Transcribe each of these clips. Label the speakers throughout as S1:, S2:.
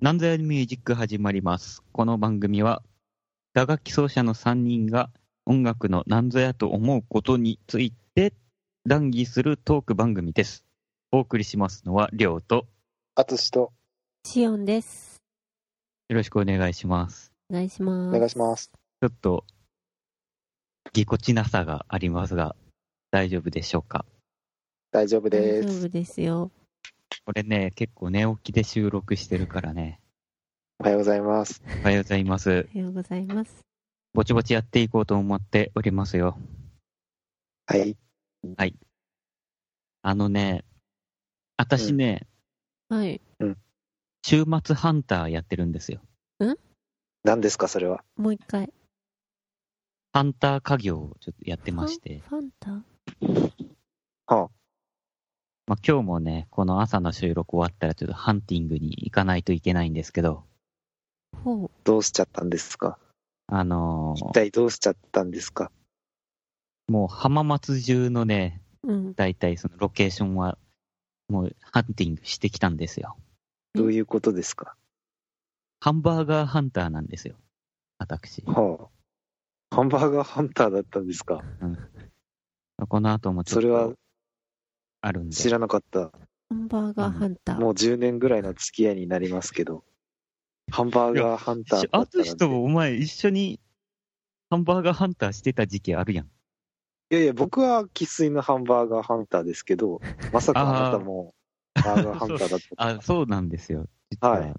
S1: なんぞやミュージック始まります。この番組は、打楽器奏者の3人が音楽のなんぞやと思うことについて談義するトーク番組です。お送りしますのは、りょうと、
S2: あつしと
S3: シオンです。
S1: よろしくお願いします。
S3: お願いしま
S2: お
S3: す。
S2: 願いします。
S1: ちょっと、ぎこちなさがありますが、大丈夫でしょうか。
S2: 大丈夫
S3: 大
S2: で
S3: 丈
S2: す
S3: 夫。ですよ。
S1: これね、結構寝起きで収録してるからね。
S2: おはようございます。
S1: おはようございます。
S3: おはようございます。
S1: ぼちぼちやっていこうと思っておりますよ。
S2: はい。
S1: あのね、私ね、
S3: はい。
S1: 週末ハンターやってるんですよ。
S2: 何ですか、それは。
S3: もう一回。
S1: ハンター家業をちょっとやってまして、
S3: ファンファン
S1: まあ、今日もね、この朝の収録終わったらちょっとハンティングに行かないといけないんですけど、
S3: タほ
S2: どうしちゃったんですか
S1: あのー
S2: 一体どうしちゃったんですか
S1: もう浜松中のね、
S3: う。うん。
S1: 大体そのロケーションは、もうハンティングしてきたんですよ。
S2: どういうことですか
S1: ハンバーガーハンターなんですよ。私。
S2: はあ。ハンバーガーハンターだったんですか
S1: この後もちょ
S2: そ
S1: っ
S2: れは
S1: とあるんで。
S2: 知らなかった。
S3: ハンバーガーハンター。
S2: もう10年ぐらいの付き合いになりますけど。ハンバーガーハンターだったな
S1: あ
S2: んて
S1: としとお前一緒にハンバーガーハンターしてた時期あるやん。
S2: いやいや、僕は生粋のハンバーガーハンターですけど、まさかあなたもハンバーガーハンターだったと
S1: あ、
S2: は。
S1: そうなんですよ。実は、
S2: はい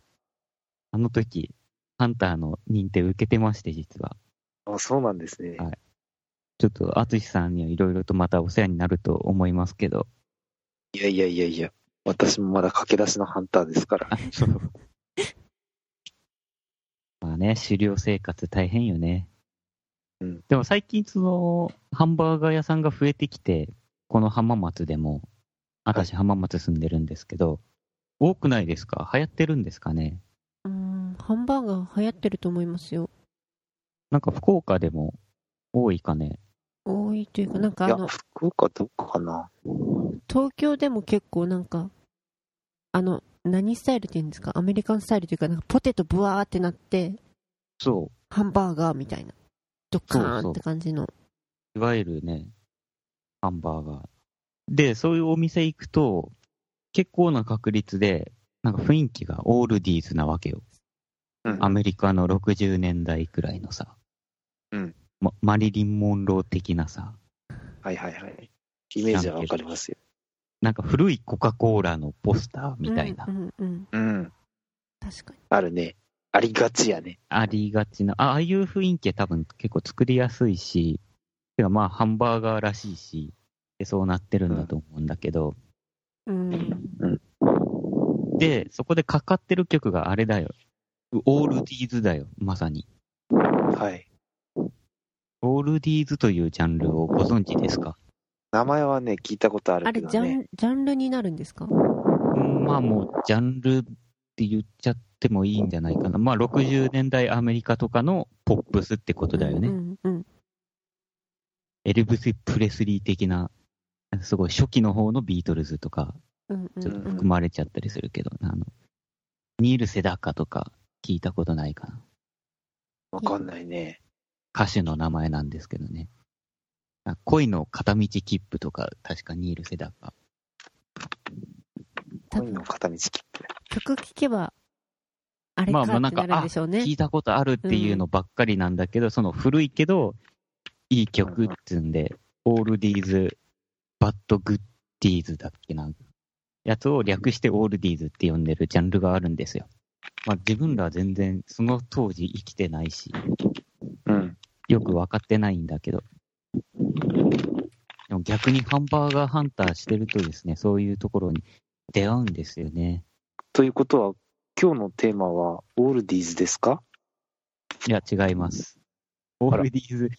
S1: あの時、ハンターの認定受けてまして、実は。
S2: あそうなんですね。
S1: はいちょっと、淳さんにはいろいろとまたお世話になると思いますけど。
S2: いやいやいやいや、私もまだ駆け出しのハンターですから。
S1: あ、そう。まあね、狩猟生活大変よね。
S2: うん
S1: でも最近、その、ハンバーガー屋さんが増えてきて、この浜松でも、私浜松住んでるんですけど、多くないですか流行ってるんですかね
S3: うん。ハンバーガー流行ってると思いますよ。
S1: なんか福岡でも多いかね
S3: 多いというか、なんかあ
S2: いや
S3: の、、
S2: 福岡どこかな
S3: 東京でも結構なんか、あの、何スタイルって言うんですかアメリカンスタイルというか、なんかポテトブワーってなって、
S1: そう。
S3: ハンバーガーみたいな。ドカーンって感じの。
S1: いわゆるね、ハンバーガー。で、そういうお店行くと、結構な確率で、なんか雰囲気がオールディーズなわけよ。
S2: うん
S1: アメリカの60年代くらいのさ、
S2: うん
S1: まマリリン・モンロー的なさ、
S2: はいはいはい。イメージはわかりますよ。
S1: なんか古いコカ・コーラのポスターみたいな、
S3: うんうんうん。
S2: うん。
S3: 確かに。
S2: あるね。ありがちやね。
S1: ありがちな、あああいう雰囲気は多分結構作りやすいし、てかまあハンバーガーらしいし、でそうなってるんだと思うんだけど、
S3: うん。
S1: で、そこでかかってる曲があれだよ。オールディーズだよ、まさに。
S2: はい。
S1: オールディーズというジャンルをご存知ですか
S2: 名前はね、聞いたことあ
S3: あ
S2: る
S3: れ、
S2: け
S3: ジ
S2: ど
S3: ャ
S2: ね。
S3: ン、ジャンルになるんですか
S1: うんまあもう、ジャンルって言っちゃってもいいんじゃないかな。まあ60年代アメリカとかのポップスってことだよね。
S3: うんうん。
S1: エルブス・プレスリー的な、すごい初期の方のビートルズとか、
S3: うんうん
S1: ちょっと
S3: うん
S1: 含まれちゃったりするけど、あの、ニール・セダカとか聞いたことないかな。
S2: わかんないね。
S1: 歌手の名前なんですけどね。あ恋の片道切符とか、確かニール・セダカ。
S3: 多
S2: 恋
S3: 分
S2: の片道切符。
S3: 曲聴けば、あれか
S1: まあ
S3: って
S1: まあな
S3: なん
S1: か
S3: るんでしょうね。
S1: 聞いたことあるっていうのばっかりなんだけど、その古いけど、いい曲っつうんで、オールディーズ、バッド・グッディーズだっけな。やつを略してオールディーズって呼んでるジャンルがあるんですよ。まあ自分らは全然その当時生きてないし、
S2: うん。
S1: よく分かってないんだけど。でも逆にハンバーガーハンターしてるとですね、そういうところに出会うんですよね。
S2: ということは、今日のテーマは、オールディーズですか
S1: いや、違います。オールディーズ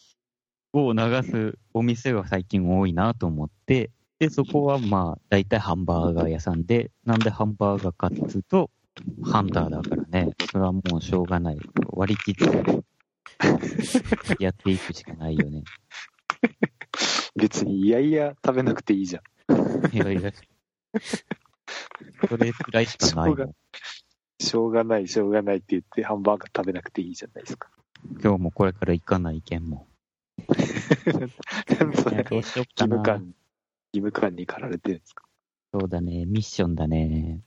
S1: を流すお店が最近多いなと思って、で、そこはまあ、大体ハンバーガー屋さんで、なんでハンバーガーかっつうと、ハンターだからね、それはもうしょうがない。割り切ってやっていくしかないよね。
S2: 別に、いやいや、食べなくていいじゃん。
S1: いやいや。それくらいしかない
S2: しょう
S1: もん。
S2: しょうがない、しょうがないって言って、ハンバーガー食べなくていいじゃないですか。
S1: 今日もこれから行かない意見も。
S2: なん でそ
S1: いや
S2: れ、
S1: どうしよっか
S2: 義務
S1: な。
S2: 感、義務感に駆られてるんですか
S1: そうだね、ミッションだね。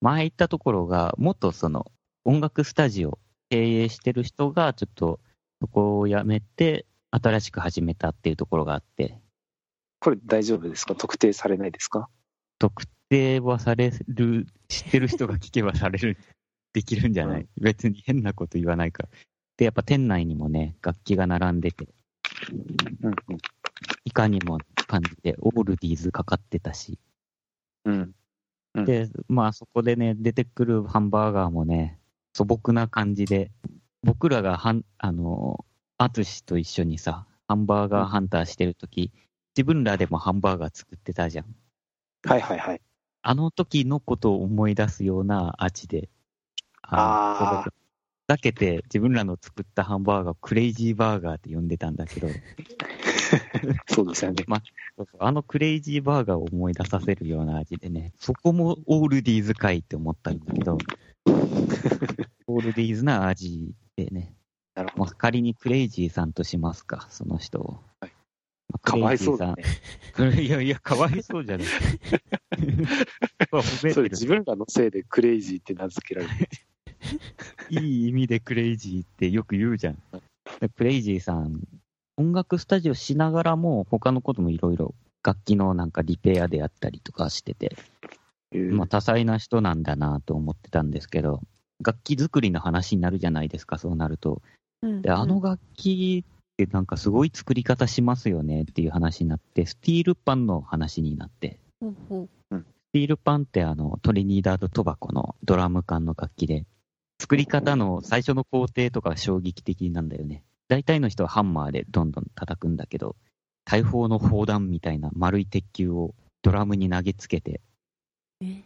S1: 前行ったところが、元その音楽スタジオ経営してる人が、ちょっとそこを辞めて、新しく始めたっていうところがあって、
S2: これ大丈夫ですか特定されないですか
S1: 特定はされる、知ってる人が聞けばされる、できるんじゃない、
S2: う
S1: 別に変なこと言わないから。で、やっぱ店内にもね、楽器が並んでて、
S2: うん、
S1: いかにも感じて、オールディーズかかってたし、
S2: うん。うん
S1: で、まあそこでね、出てくるハンバーガーもね、素朴な感じで、僕らがはん、あの、アツシと一緒にさ、ハンバーガーハンターしてるとき、自分らでもハンバーガー作ってたじゃん。
S2: はいはいはい。
S1: あの時のことを思い出すような味で、の
S2: あー
S1: ふざけて自分らの作ったハンバーガーをクレイジーバーガーって呼んでたんだけど、
S2: そうですよね。
S1: そうそうあのクレイジーバーガーを思い出させるような味でね、そこもオールディーズかいって思ったんだけ ど、オールディーズな味でね、
S2: なるほ
S1: まあ、
S2: ど。
S1: 仮にクレイジーさんとしますか、その人を。
S2: はい
S1: まあ
S2: かわいそうだね。。
S1: クレイジーさん いやいや、かわいそうじ ゃない。まあ褒め
S2: そ
S1: て
S2: れ
S1: る
S2: 自分らのせいでクレイジーって名付 けられてる。
S1: いい意味でクレイジーってよく言うじゃん。でクレイジーさん、音楽スタジオしながらも、他のこともいろいろ、楽器のなんかリペアであったりとかしてて、まあ、多彩な人なんだなと思ってたんですけど、楽器作りの話になるじゃないですか、そうなると。
S3: うん
S1: で、あの楽器ってなんかすごい作り方しますよねっていう話になって、スティールパンの話になって、
S3: ほうほう
S1: スティールパンってあのトリニーダード・トバコのドラム缶の楽器で、作り方の最初の工程とかが衝撃的なんだよね。大体の人はハンマーでどんどん叩くんだけど、大砲の砲弾みたいな丸い鉄球をドラムに投げつけて、
S3: え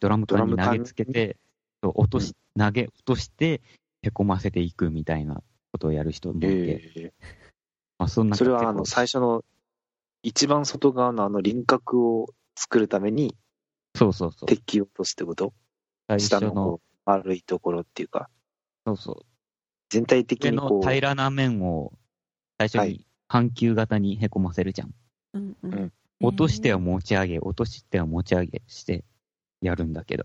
S1: ドラム缶に投げつけて、そう落とし、投げ落として、へこませていくみたいなことをやる人もいて、
S2: え
S1: まあ、そん
S2: え
S1: な
S2: それは
S1: 結
S2: あ
S1: 構
S2: の最初の一番外側のあの輪郭を作るために
S1: そうそうそう、
S2: 鉄球を落とすってこと
S1: 最
S2: 下
S1: 初
S2: の
S1: の、
S2: こう丸いところっていうか、
S1: そうそう、
S2: 全体的
S1: 上
S2: にこ
S1: の
S2: う、
S1: 平らな面を最初
S2: は
S1: に半球型にへこませるじゃん。
S3: うん
S2: う
S3: う
S2: ん
S3: ん
S1: 落としては持ち上げ、落としては持ち上げしてやるんだけど、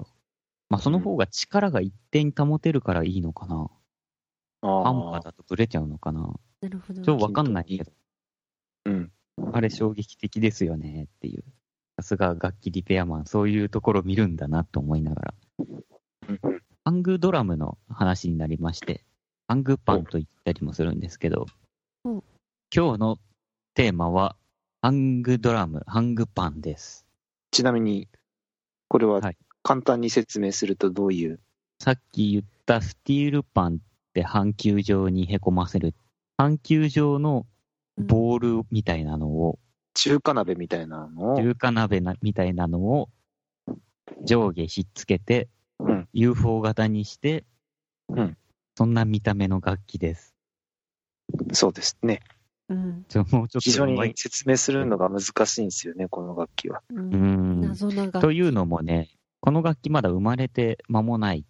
S1: まあ、その方が力が一定に保てるからいいのかな、ハンマ
S2: あ
S1: ーだとブレちゃうのかな、
S3: なるほど
S1: ちょっとわかんないけど、
S2: ーうん、
S1: あれ衝撃的ですよねっていう。さすが楽器リペアマン、そういうところ見るんだなと思いながら。
S2: うん
S1: ハングドラムの話になりまして、ハングパンと言ったりもするんですけど、
S3: うん
S1: 今日のテーマは、ハングドラム、ハングパンです。
S2: ちなみに、これは
S1: はい
S2: 簡単に説明するとどういう、
S1: さっき言ったスティールパンって半球状にへこませる、半球状のボールみたいなのを、
S2: 中華鍋みたいなのを、
S1: 中華鍋なみたいなのを上下ひっつけて、
S2: うん
S1: UFO 型にして、
S2: うん
S1: そんな見た目の楽器です。
S2: そうですね。
S3: うん
S1: ちょもうちょっと
S2: 非常に
S1: うまい
S2: 説明するのが難しいんですよね、この楽器は。
S3: う
S1: うんん。
S3: 謎なが
S1: というのもね、この楽器まだ生まれて間もない。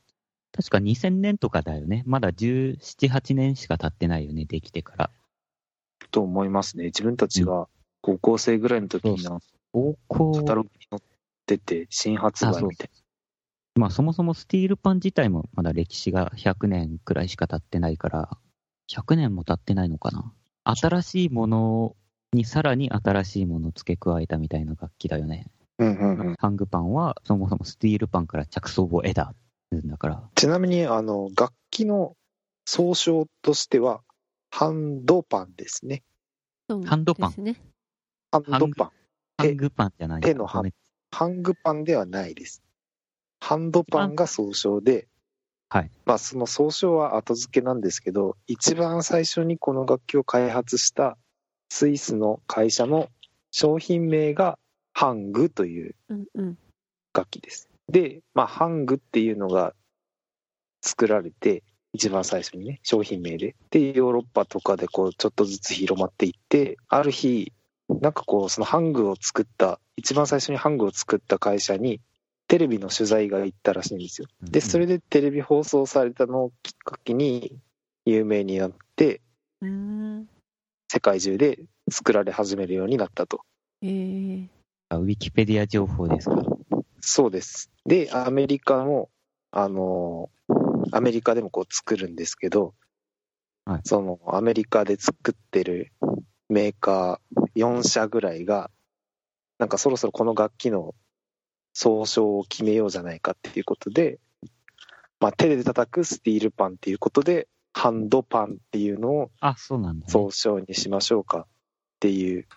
S1: 確か2000年とかだよね。まだ17、8年しか経ってないよね、できてから。
S2: と思いますね。自分たちが高校生ぐらいの時に
S1: そ
S2: カ
S1: 高校
S2: タログに載ってて、新発
S1: あ
S2: 売
S1: そう
S2: みたい
S1: まあそもそもスティールパン自体もまだ歴史が100年くらいしか経ってないから、100年も経ってないのかな。新しいものにさらに新しいものを付け加えたみたいな楽器だよね。
S2: な。うんうんうん
S1: ハングパンはそもそもスティールパンから着想を得たんだから、
S2: ちなみに、あの、楽器の総称としては、ハンドパンですね。
S1: ハンドパン
S3: ですね
S2: ハンドパン。
S1: ハ
S2: 手
S1: ングパンじゃない
S2: 手のハン
S1: ごめん
S2: ハングパンではないです。ハンドパンが総称で、
S1: はい
S2: まあ、その総称は後付けなんですけど、一番最初にこの楽器を開発したスイスの会社の商品名がハングという
S3: うんうん
S2: 楽器です。で、まあ、ハングっていうのが作られて、一番最初にね、商品名で。で、ヨーロッパとかでこう、ちょっとずつ広まっていって、ある日、なんかこう、そのハングを作った、一番最初にハングを作った会社に、テレビの取材が行ったらしいんですよ。で、それでテレビ放送されたのをきっかけに有名になって、
S3: うーん。
S2: 世界中で作られ始めるようになったと。
S3: えー、
S1: あウィキペディア情報ですか。
S2: そうです。で、アメリカも、あのーアメリカでもこう作るんですけど、
S1: はい
S2: そのアメリカで作ってるメーカー4社ぐらいが、なんかそろそろこの楽器の総称を決めようじゃないかっていうことで、まあ、手で叩くスティールパンっていうことで、ハンドパンっていうのを
S1: あ、そうなんだ、ね。
S2: 総称にしましょうかっていう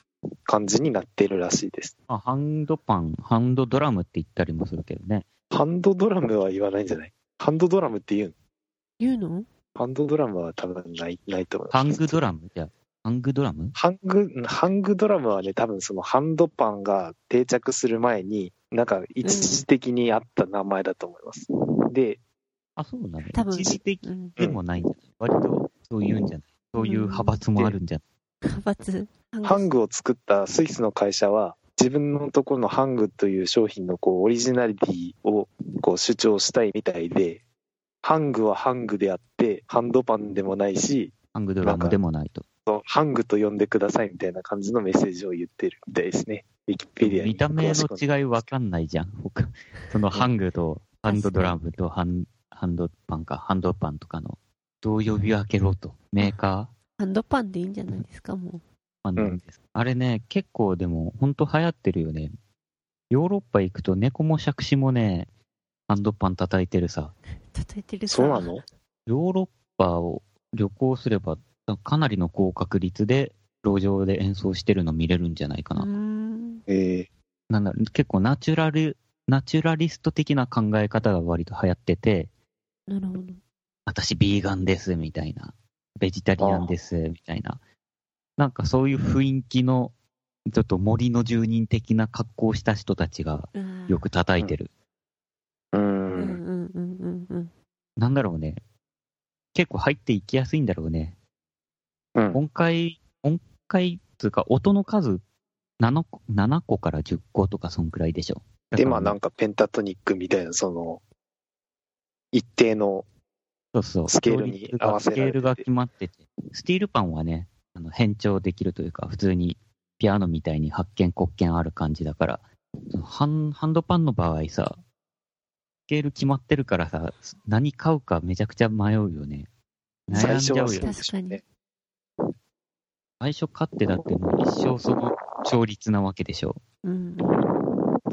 S2: 感じになってるらしいです。
S1: まあ、ハンドパン、ハンドドラムって言ったりもするけどね。
S2: ハンドドラムは言わないんじゃないハンドドラムって言うの
S3: 言うの
S2: ハンドドラムは多分ないないと思います。
S1: ハングドラムじゃあハングドラム
S2: ハング、ハングドラムはね、多分そのハンドパンが定着する前に、なんか一時的にあった名前だと思います。で、
S1: あ、そうなんだ、ね。
S3: 多分
S1: 一時的
S3: うん。
S1: でもないんじゃない、割とそういうんじゃないそういう派閥もあるんじゃない、
S3: 派閥。
S2: ハングを作ったスイスの会社は、自分のところのハングという商品のこうオリジナリティをこう主張したいみたいで、ハングはハングであって、ハンドパンでもないし、
S1: ハングドラムでもないと。
S2: そうハングと呼んでくださいみたいな感じのメッセージを言ってるみたいですね。ウィキペディアに
S1: 見た目
S2: 詳しく
S1: の違いわかんないじゃん。僕そのハングとハンドドラムとハンハンドパンか、ハンドパンとかの、どう呼び分けろと。メーカ
S3: ハンドパンでいいんじゃないですか、も
S1: ーまあなんです、あれね、結構でも、本当流行ってるよね。ヨーロッパ行くと猫も杓子もね、ハンドパン叩いてるさ。
S3: う。叩いてるさ
S2: そうなの
S1: ヨーロッパを旅行すれば、かなりの高確率で、路上で演奏してるの見れるんじゃないか
S3: う
S1: な。
S3: ーん。
S2: ええ
S1: なんだろう結構ナチュラル、ナチュラリスト的な考え方が割と流行ってて、
S3: なるほど。
S1: 私ビーガンですみたいな、ベジタリアンですみたいな、なんかそういう雰囲気の、ちょっと森の住人的な格好をした人たちが
S3: うわー
S1: よく叩いてる。
S2: う
S3: うんう
S2: ん。
S3: んうんうんうん。
S1: なんだろうね。結構入っていきやすいんだろうね。
S2: うん
S1: 音階、音階っていうか音の数7個 ,7 個から10個とかそんくらいでしょ。
S2: で、まあなん
S1: か
S2: んかペンタトニックみたいな、その、一定の、
S1: そうそう。
S2: スケールに合わせ
S1: ス
S2: られてて
S1: ケールが決まってて。スティールパンはね、あの変調できるというか、普通にピアノみたいに発見、黒鍵ある感じだから、そのハンハンドパンの場合さ、スケール決まってるからさ、何買うかめちゃくちゃ迷うよね。悩
S2: 最
S1: んじ
S2: 初
S1: ゃうよ
S2: は
S1: ね。
S2: そうでしょうね。
S1: 最初買ってだってもう一生その勝率なわけでしょ。
S3: うん。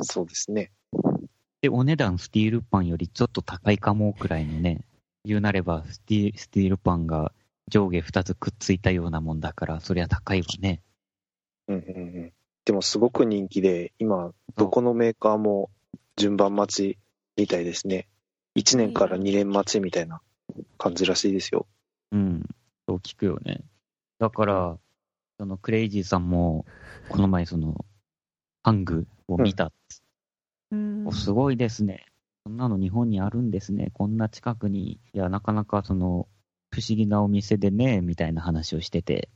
S2: そうですね。
S1: で、お値段スティールパンよりちょっと高いかもくらいのね、言うなればスティスティールパンが上下2つくっついたようなもんだから、そりゃ高いわね。
S2: うんうんうん。でもすごく人気で、今、どこのメーカーも順番待ちみたいですね。1年から2年待ちみたいな感じらしいですよ。
S1: うん。そう聞くよね。だから、そのクレイジーさんも、この前その、ハングを見た。
S3: うん
S1: おすごいですね。こんなの日本にあるんですね。こんな近くに。いや、なかなかその、不思議なお店でね、みたいな話をしてて。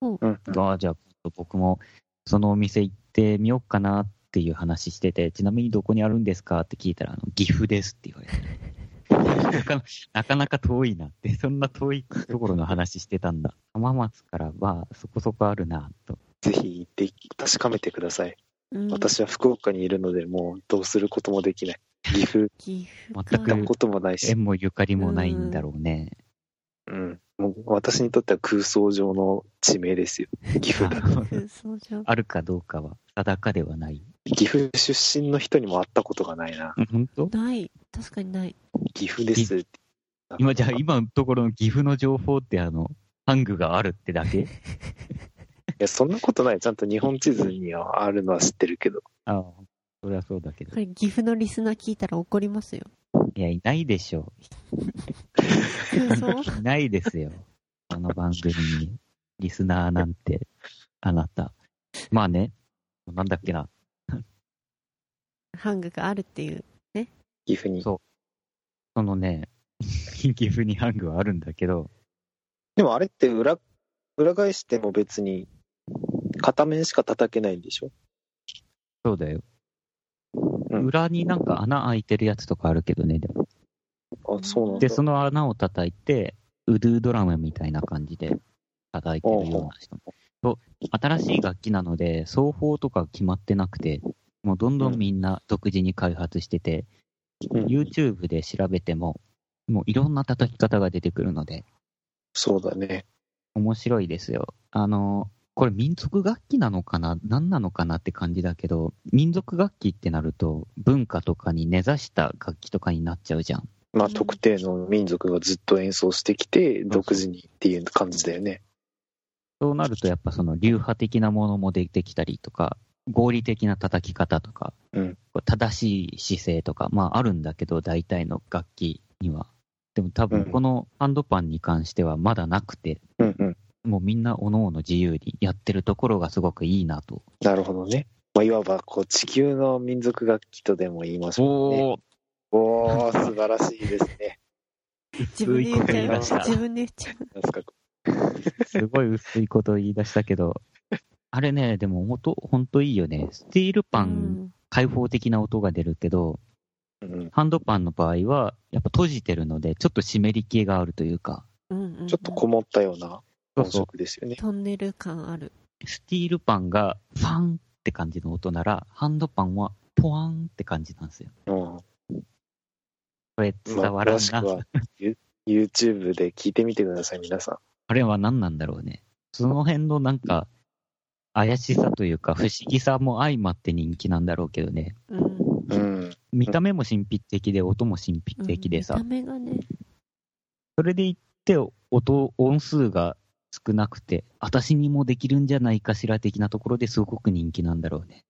S2: うん。
S1: ああ、じゃあ僕もそのお店行ってみようかなっていう話してて、ちなみにどこにあるんですかって聞いたら、あの岐阜ですって言われて。なかななかなか遠いなって、そんな遠いところの話してたんだ。浜松からはそこそこあるなと。
S2: ぜひ行って確かめてください。
S3: うん
S2: 私は福岡にいるので、もうどうすることも できない。岐阜
S3: 岐阜
S1: 全
S2: 行
S1: く
S2: くこともないし、
S1: 縁もゆかりもないんだろうね。
S2: うん。もう私にとっては空想上の地 名ですよ。岐阜だ
S1: あの
S3: そうじゃん
S1: あるかどうかは定かではない。
S2: 岐阜出身の人にも会ったことがないな。
S1: 本当
S3: ない確かにない
S2: 岐阜ですって。
S1: 今じゃあ今のところの岐阜の情報ってあの、ハングがあるってだけ
S2: いや、そんなことない。ちゃんと日本地図にはあるのは知ってるけど。
S1: ああ、そりゃそうだけど
S3: こ。れ岐阜のリスナー聞いたら怒りますよ
S1: いや、いないでしょう。
S3: 空 想
S1: いないですよ。この番組に、リスナーなんて、あなた。まあね、なんだっけな。
S3: ハングがあるっていう
S2: 岐阜に
S1: そう。そのね、岐阜にハングはあるんだけど、
S2: でもあれって裏、裏返しても別に、片面しか叩けないんでしょ
S1: そうだよ。
S2: うん
S1: 裏になんか穴開いてるやつとかあるけどね、でも。
S2: あ、そうなんだ。
S1: で、その穴を叩いて、ウドゥードラムみたいな感じで叩いてるような人と、新しい楽器なので、奏法とか決まってなくて、もうどんどんみんな独自に開発してて、
S2: うん
S1: YouTube で調べても、もういろんな叩き方が出てくるので、
S2: そうだね。
S1: 面白いですよ。あの、これ民族楽器なのかな何なのかなって感じだけど、民族楽器ってなると、文化とかに根ざした楽器とかになっちゃうじゃん。
S2: ま
S3: う
S2: あ、
S3: ん
S2: 特定の民族がずっと演奏してきて、独自にっていう感じだよね。
S1: そうなると、やっぱその流派的なものも出てきたりとか、合理的な叩き方とか、
S2: うん
S1: こう正しい姿勢とか、まああるんだけど、大体の楽器には。でも多分このハンドパンに関してはまだなくて、
S2: うんうん。
S1: もうみんな各々自由にやってるところがすごくいいなと。
S2: なるほどね。まあ、いわば、こう、地球の民族楽器とでも言いましょうね。
S1: おー、
S2: おー、素晴らしいです ね。
S3: 自分で言っちゃいました。自分で言っちゃう。
S2: なんすか
S1: すごい薄いこと言い出したけど、あれね、でも音、ほんといいよね。スティールパ
S3: う
S1: ン、
S3: ん
S1: 開放的な音が出るけど、
S2: うん、
S1: ハンドパンの場合は、やっぱ閉じてるので、ちょっと湿り気があるというか、
S3: うんうん
S2: ちょっとこもったような
S1: そう
S2: 音
S1: そう
S2: 色ですよね。
S3: トンネル感ある。
S1: スティールパンがファンって感じの音なら、ハンドパンはポワンって感じなんですよ。
S2: うん。
S1: これ伝わらんな。
S2: まあ詳しくはユ YouTube で聞いてみてください、皆さ
S1: あれは何なんだろうね。その辺のなんか、怪しさというか、不思議さも相まって人気なんだろうけどね。
S3: うん。
S2: ん。うん。
S1: 見た目も神秘的で、音も神秘的でさ
S3: 見た、目がね。
S1: それでいって、音、音数が少なくて、私にもできるんじゃないかしら的なところですごく人気なんだろうね。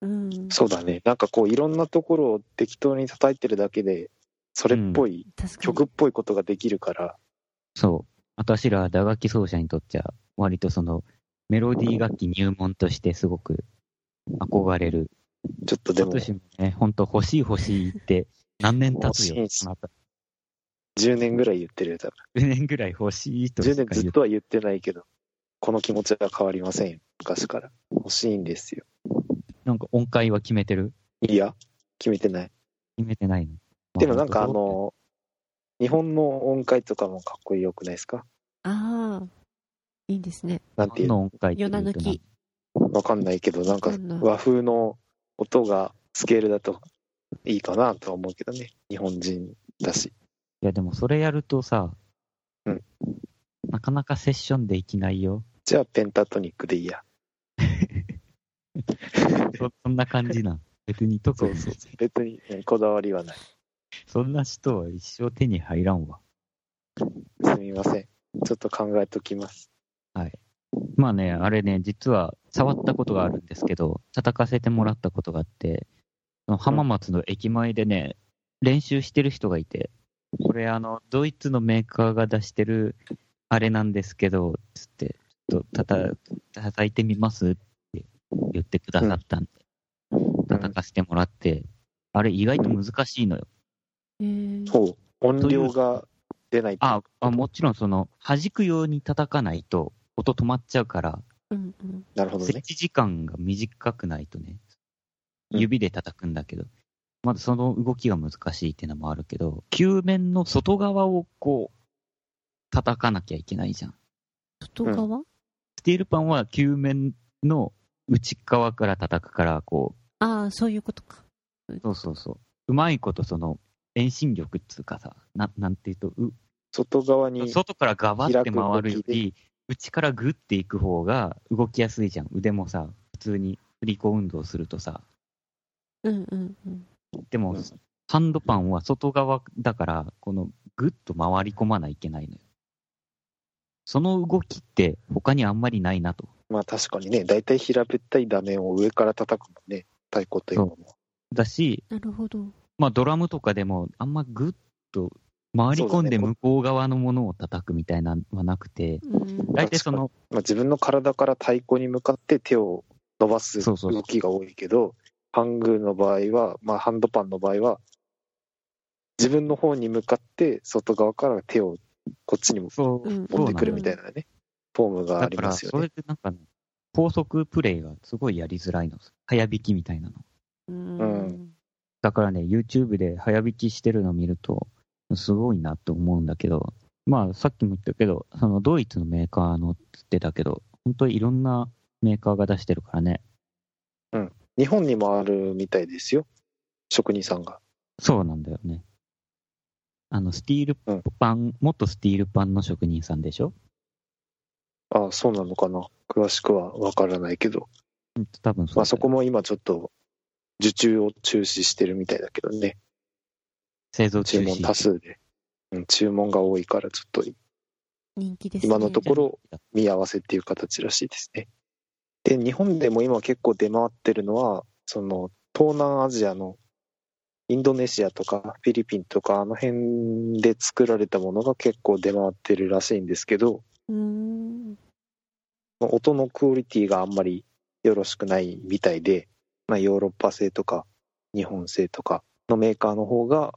S3: うん。
S2: そうだね。なんかこう、いろんなところを適当に叩いてるだけで、それっぽい、
S3: 確かに。
S2: 曲っぽいことができるから、
S1: そう。私ら打楽器奏者にとっちゃ、割とその、メロディー楽器入門としてすごく憧れる。
S2: ちょっとで
S1: 今
S2: も、
S1: 年もね、ほんと欲しい欲しいって何年経つよ。
S2: 欲しい
S1: また
S2: 10年ぐらい言ってるよ、多分。
S1: 10年ぐらい欲しいとし
S2: 10
S1: か
S2: 年ず
S1: 言
S2: っ
S1: う
S2: とは言ってないけど、この気持ちは変わりませんよ、昔から。欲しいんですよ。
S1: なんか音階は決めてる
S2: いや、決めてない。
S1: 決めてないの
S2: でもなんかあ、の、日本の音階とかもかっこよくないですか
S3: ああ。いいですね。
S1: ま
S2: な
S1: あ
S2: んていうの
S1: どうって何の音階っていうと
S3: 夜な抜き
S2: わかんないけど、なんか
S3: うん
S2: 和風の音がスケールだといいかなとは思うけどね。日本人だし。
S1: いや、でもそれやるとさ、
S2: うん
S1: なかなかセッションできないよ。
S2: じゃあペンタトニックで いいや。
S1: そそんな感じ なん。別に特に
S2: そう別にねこだわりはない。
S1: そんな人は一生手に入らんわ。
S2: すみません。ちょっと考えときます。
S1: まあね、あれね、実は触ったことがあるんですけど、叩かせてもらったことがあって、その浜松の駅前でね、練習してる人がいて、これあの、ドイツのメーカーが出してるあれなんですけど、つって、ちょっと叩叩いてみますって言ってくださったんで、叩かせてもらって、あれ意外と難しいのよ。
S3: えー
S2: ほう。音量が出ない。
S1: ああもちろんその、弾くように叩かないと音止まっちゃうから、
S3: うんうん。
S2: なるほど
S1: 設
S2: ね。
S1: 置時間が短くないとね、
S2: うん
S1: 指で叩くんだけど、まだその動きが難しいっていうのもあるけど、球面の外側をこう、叩かなきゃいけないじゃん。
S3: 外側
S1: スティールパンは球面の内側から叩くから、こ
S3: ああ、そういうことか。
S1: う、そうそうそう。うまいことその、遠心力っつうかさ、ななんていうと、う
S2: 外側に。
S1: 外からガバって回るよ
S2: 開く動
S1: り、内からグっていく方が動きやすいじゃん。腕もさ、普通に振り子運動するとさ。
S3: うんうんうん。
S1: でも
S2: うん、
S1: ハンドパンは外側だから、このグッと回り込まないといけないのよ。その動きって他にあんまりないなと。
S2: まあ確かにね。だいたい平べったい打面を上から叩くもんね。太鼓というのも。
S1: だし、
S3: なるほど。
S1: まあドラムとかでもあんまグッと回り込んで
S2: そうだね
S1: 向こう側のものを叩くみたいなのはなくて、
S3: うん。
S1: 大体その、
S2: まあ、自分の体から太鼓に向かって手を伸ばす
S1: そうそうそう
S2: 動きが多いけど、ハングルの場合は、まあ、ハンドパンの場合は、自分の方に向かって外側から手をこっちにも
S1: そう、
S3: う
S2: 持って
S3: ん
S2: く
S1: そうなの
S2: る
S1: よ
S2: みたいなね、フォームがあ
S1: だ
S2: り
S1: か
S2: ま
S1: ら
S2: すよ
S1: そ
S2: ね
S1: れ。でなんかね、高速プレイがすごいやりづらいの。早弾きみたいなの。
S3: う。
S2: うん
S1: だからね、YouTube で早弾きしてるの見ると、すごいなと思うんだけど、まあ、さっきも言ったけど、そのドイツのメーカーのっつってたけど、本当にいろんなメーカーが出してるからね。
S2: 日本にもあるみたいですよ。職人さんが。
S1: そうなんだよね。あの、スティールパン、元スティールパンの職人さんでしょ
S2: ああ、そうなのかな。詳しくはわからないけど。
S1: うん多分そうだよ
S2: まあそこも今ちょっと、受注を中止してるみたいだけどね。
S1: 製造中
S2: 注文
S1: 止
S2: 多数で。うん、注文が多いからちょっと
S3: 人気ですね。
S2: 今のところ見合わせっていう形らしいですね。で、日本でも今結構出回ってるのは、その東南アジアのインドネシアとかフィリピンとかあの辺で作られたものが結構出回ってるらしいんですけど、
S3: うーん。
S2: 音のクオリティがあんまりよろしくないみたいで、まあ、ヨーロッパ製とか日本製とかのメーカーの方が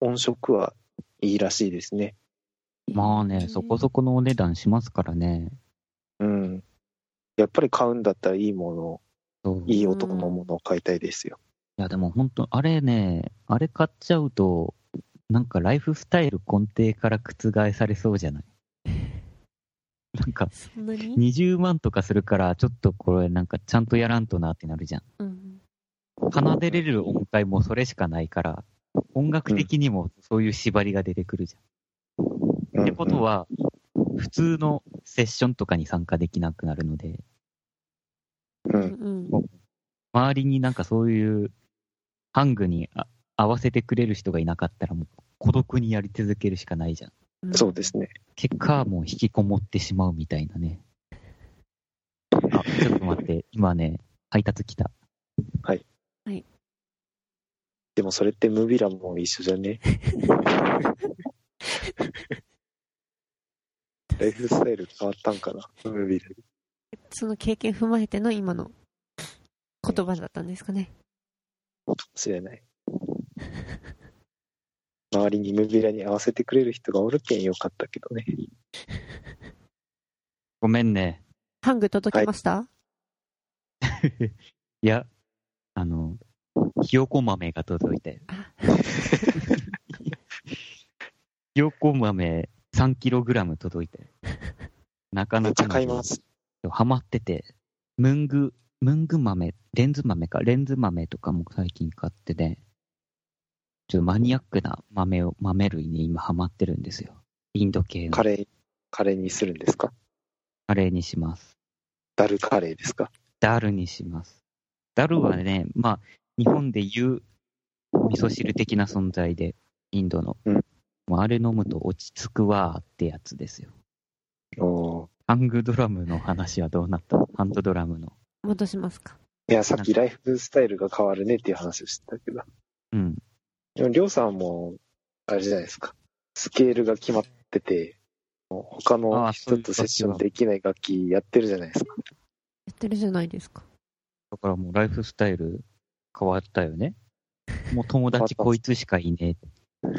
S2: 音色はいいらしいですね。
S1: まあね、そこそこのお値段しますからね。
S2: うん。やっぱり買うんだったらいいものを
S1: そう
S2: いい男のものを買いたいですよ。
S1: いや、でも本当、あれね、あれ買っちゃうと、なんかライフスタイル根底から覆されそうじゃない なんか、
S3: そんなに、
S1: 20万とかするから、ちょっとこれなんかちゃんとやらんとなってなるじゃん。
S3: うん、
S1: 奏でれる音階もそれしかないから、音楽的にもそういう縛りが出てくるじゃん。ってことは、普通のセッションとかに参加できなくなるので、
S2: う
S3: うん
S2: ん、
S3: うん
S1: 周りになんかそういうハングにあ合わせてくれる人がいなかったら、もう孤独にやり続けるしかないじゃん。
S3: うん
S2: そうですね。
S1: 結果、もう引きこもってしまうみたいなね。あ、ちょっと待って、今ね、配達来た。
S2: でもそれってムビラも一緒じゃ ねライフスタイル変わったんかなムビラ。
S3: その経験踏まえての今の言葉だったんですかね。
S2: かもしれない。周りにムビラに合わせてくれる人がおるけんよかったけどね。
S1: ごめんね。
S3: ハング届きました、
S1: いや、あの、ひよこ豆が届いて。
S3: あ
S1: ひよこ豆 3kg 届いて。なか
S2: めっ
S1: な
S2: ち
S1: か
S2: ゃ
S1: な
S2: 買います。
S1: ハマってて、ムング、ムング豆、レンズ豆か、レンズ豆とかも最近買ってね、ちょっとマニアックな豆を、豆類に今ハマってるんですよ。インド系の
S2: カレー、カレーにするんですか
S1: カレーにします。
S2: ダルカレーですか
S1: ダルにします。ダルはね、まあ、日本で言う味噌汁的な存在で、インドの。
S2: うん
S1: もうあれ飲むと落ち着くわーってやつですよ。
S2: おー
S1: ハングドラムの話はどうなったハンドドラムの。
S3: 戻しますか。
S2: いや、さっきライフスタイルが変わるねっていう話をしてたけど。
S1: うん。
S2: でも、りょうさんも、あれじゃないですか。スケールが決まってて、他
S1: あ
S2: の
S1: あそう
S2: 人
S1: いう
S2: とセッションできない楽器やってるじゃないですか。
S3: やってるじゃないですか。
S1: だからもうライフスタイル変わったよね。もう友達こいつしかいねえ。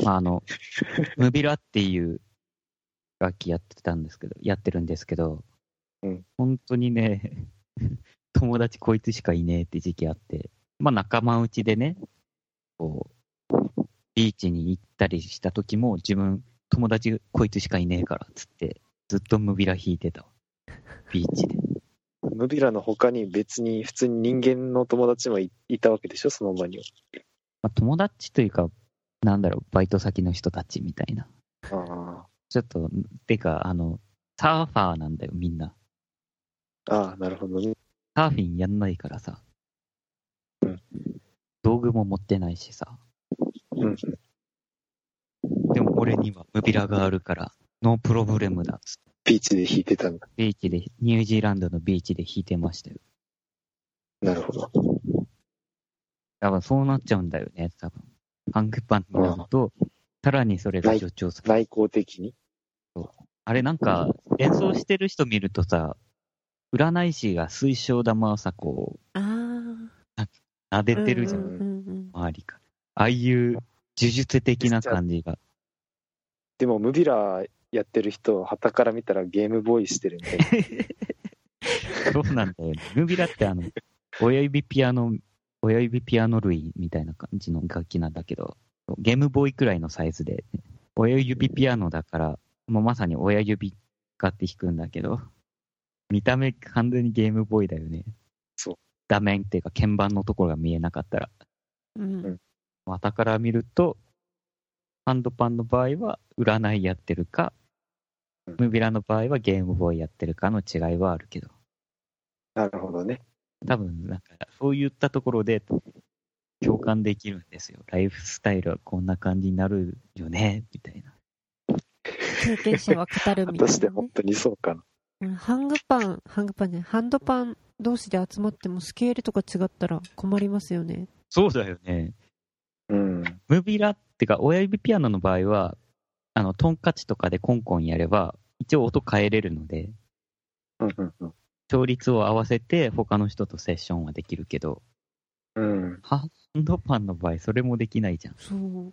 S1: まああ の、ムビラっていう楽器やってたんですけど、やってるんですけど、
S2: うん
S1: 本当にね、友達こいつしかいねえって時期あって、まあ仲間内でね、こう、ビーチに行ったりした時も自分、友達こいつしかいねえからっつって、ずっとムビラ弾いてたわビーチで。
S2: ムビラの他に別に普通に人間の友達もいいたわけでしょ、その場には。
S1: まあ、友達というか、なんだろう、バイト先の人たちみたいな。
S2: あ
S1: ちょっと、てか、あの、サーファーなんだよ、みんな。
S2: あ、ああなるほどね。
S1: サーフィンやんないからさ。
S2: うん
S1: 道具も持ってないしさ。
S2: うん。
S1: でも俺にはムビラがあるから、ノープロブレムだっつって。
S2: ビーチで弾いてたんだ。
S1: ビーチで、ニュージーランドのビーチで弾いてましたよ。
S2: なるほど。
S1: 多分そうなっちゃうんだよね、多分。パンクパンになると、さらにそれが助長される
S2: 内向的に。
S1: あれなんか、演奏してる人見るとさ、占い師が水晶玉をさ、こう、
S3: ああ。
S1: 撫でてるじゃん、
S3: うんうんうん
S1: 周りから。ああいう、呪術的な感じが。
S2: でも、ムビラやってる人、旗から見たらゲームボーイしてるみたいな。
S1: そうなんだよね。ムビラってあの、親指ピアノ親指ピアノ類みたいな感じの楽器なんだけど、ゲームボーイくらいのサイズで、親指ピアノだから、もうまさに親指使って弾くんだけど、見た目完全にゲームボーイだよね。
S2: そう。
S1: 画面っていうか鍵盤のところが見えなかったら。
S3: うん。
S1: 股から見ると、ハンドパンの場合は占いやってるか、
S2: うん
S1: ムビラの場合はゲームボーイやってるかの違いはあるけど、
S2: なるほどね。
S1: 多分なんかそういったところで共感できるんですよ。ライフスタイルはこんな感じになるよね、みたいな。
S3: 経験者は語る
S2: 果
S3: みた
S2: た
S3: い
S2: して
S3: な、ね
S2: 本。当にそうかな。
S3: うんハングパン、ハングパンじゃない、ハンドパン同士で集まってもスケールとか違ったら困りますよね。
S1: そうだよね。
S2: うん。
S1: ムビラってか親指ピアノの場合は、あの、トンカチとかでコンコンやれば、一応音変えれるので、
S2: うんうんうん。
S1: 調律を合わせて他の人とセッションはできるけど、
S2: うん。
S1: ハンドパンの場合、それもできないじゃん。
S3: そう。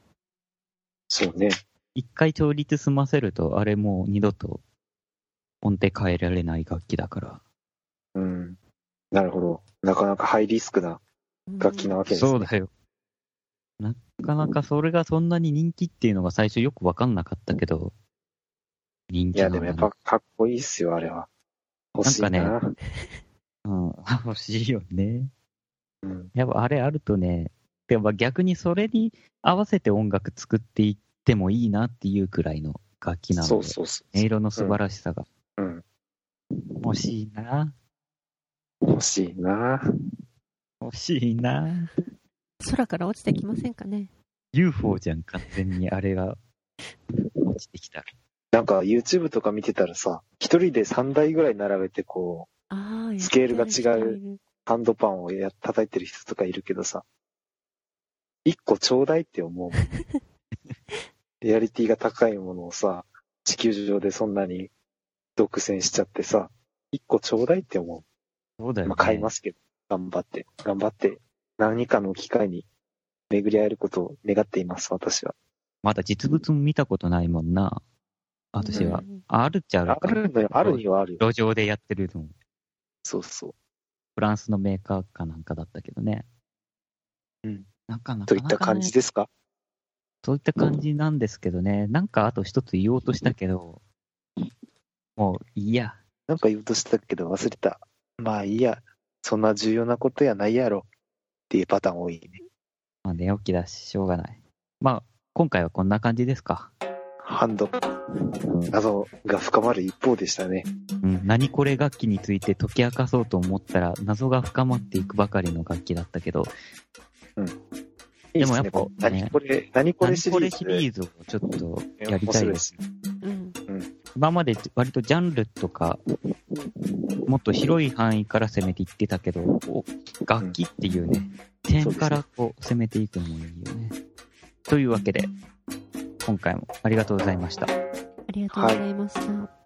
S2: そうね。
S1: 一回調律済ませると、あれもう二度と音程変えられない楽器だから。
S2: うん。なるほど。なかなかハイリスクな
S3: うん
S2: 楽器なわけです、ね
S1: だよ。なかなかそれがそんなに人気っていうのが最初よくわかんなかったけど、人
S2: い
S1: 気な
S2: や、
S1: んだ
S2: で
S1: な
S2: もやっぱかっこいいっすよ、あれは。欲しいな。
S1: なんうん、 欲しいよね。
S2: うん。
S1: やっぱあれあるとね、でも逆にそれに合わせて音楽作っていってもいいなっていうくらいの楽器なので、
S2: そうそうそう。
S1: 音色の素晴らしさが
S2: うん。
S1: 欲しいな、
S2: 欲しいな。
S1: 欲しいな。
S3: 空から落ちてきませんかね。
S1: UFO じゃん、完全にあれが落ちてきた。
S2: なんか YouTube とか見てたらさ、一人で3台ぐらい並べてこう、
S3: ああ、やってる
S2: スケールが違う
S3: 人いる。
S2: ハンドパンをや叩いてる人とかいるけどさ、一個ちょうだいって思うもん。 リアリティが高いものをさ、地球上でそんなに独占しちゃってさ、一個ちょうだいって思
S1: そうだ
S2: う。
S1: よ、
S2: まあ
S1: ね。
S2: 買いますけど、頑張って、頑張って、何かの機会に巡り合えることを願っています、私は。
S1: まだ実物も見たことないもんな。私は。
S3: うん
S1: あるっちゃある
S2: あ
S1: か
S2: るのよ、あるにはあるよ。
S1: 路上でやってるの。
S2: そうそう。
S1: フランスのメーカーかなんかだったけどね。
S2: うん。
S1: なかなか
S2: といった感じ
S1: で。
S2: ですか
S1: そういった感じなんですけどね。なんかあと一つ言おうとしたけど、もういいや。
S2: なんか言おうとしたけど忘れた。まあいいや、そんな重要なことやないやろっていうパターン多いね。
S1: まあ、寝起きだし、しょうがない。まあ、今回はこんな感じですか。
S2: ハンド、謎が深まる一方でしたね。
S1: うん、何これ楽器について解き明かそうと思ったら、謎が深まっていくばかりの楽器だったけど、
S2: いい
S1: でも
S2: す
S1: やっぱ
S2: ねこう
S1: ね
S2: 何これ、何これ
S1: 何
S2: シリ
S1: これ
S2: ーズ
S1: シ
S2: で。
S1: リーズをちょっとやり
S2: 面
S1: たい
S2: 白い
S1: で。
S2: ですす。
S3: うん。
S1: 今まで割とジャンルとか、もっと広い範囲から攻めていってたけど、こう楽器っていうね、点からこう攻めていくのもいいよね。というわけで、今回もありがとうございました。
S3: ありがとうございました。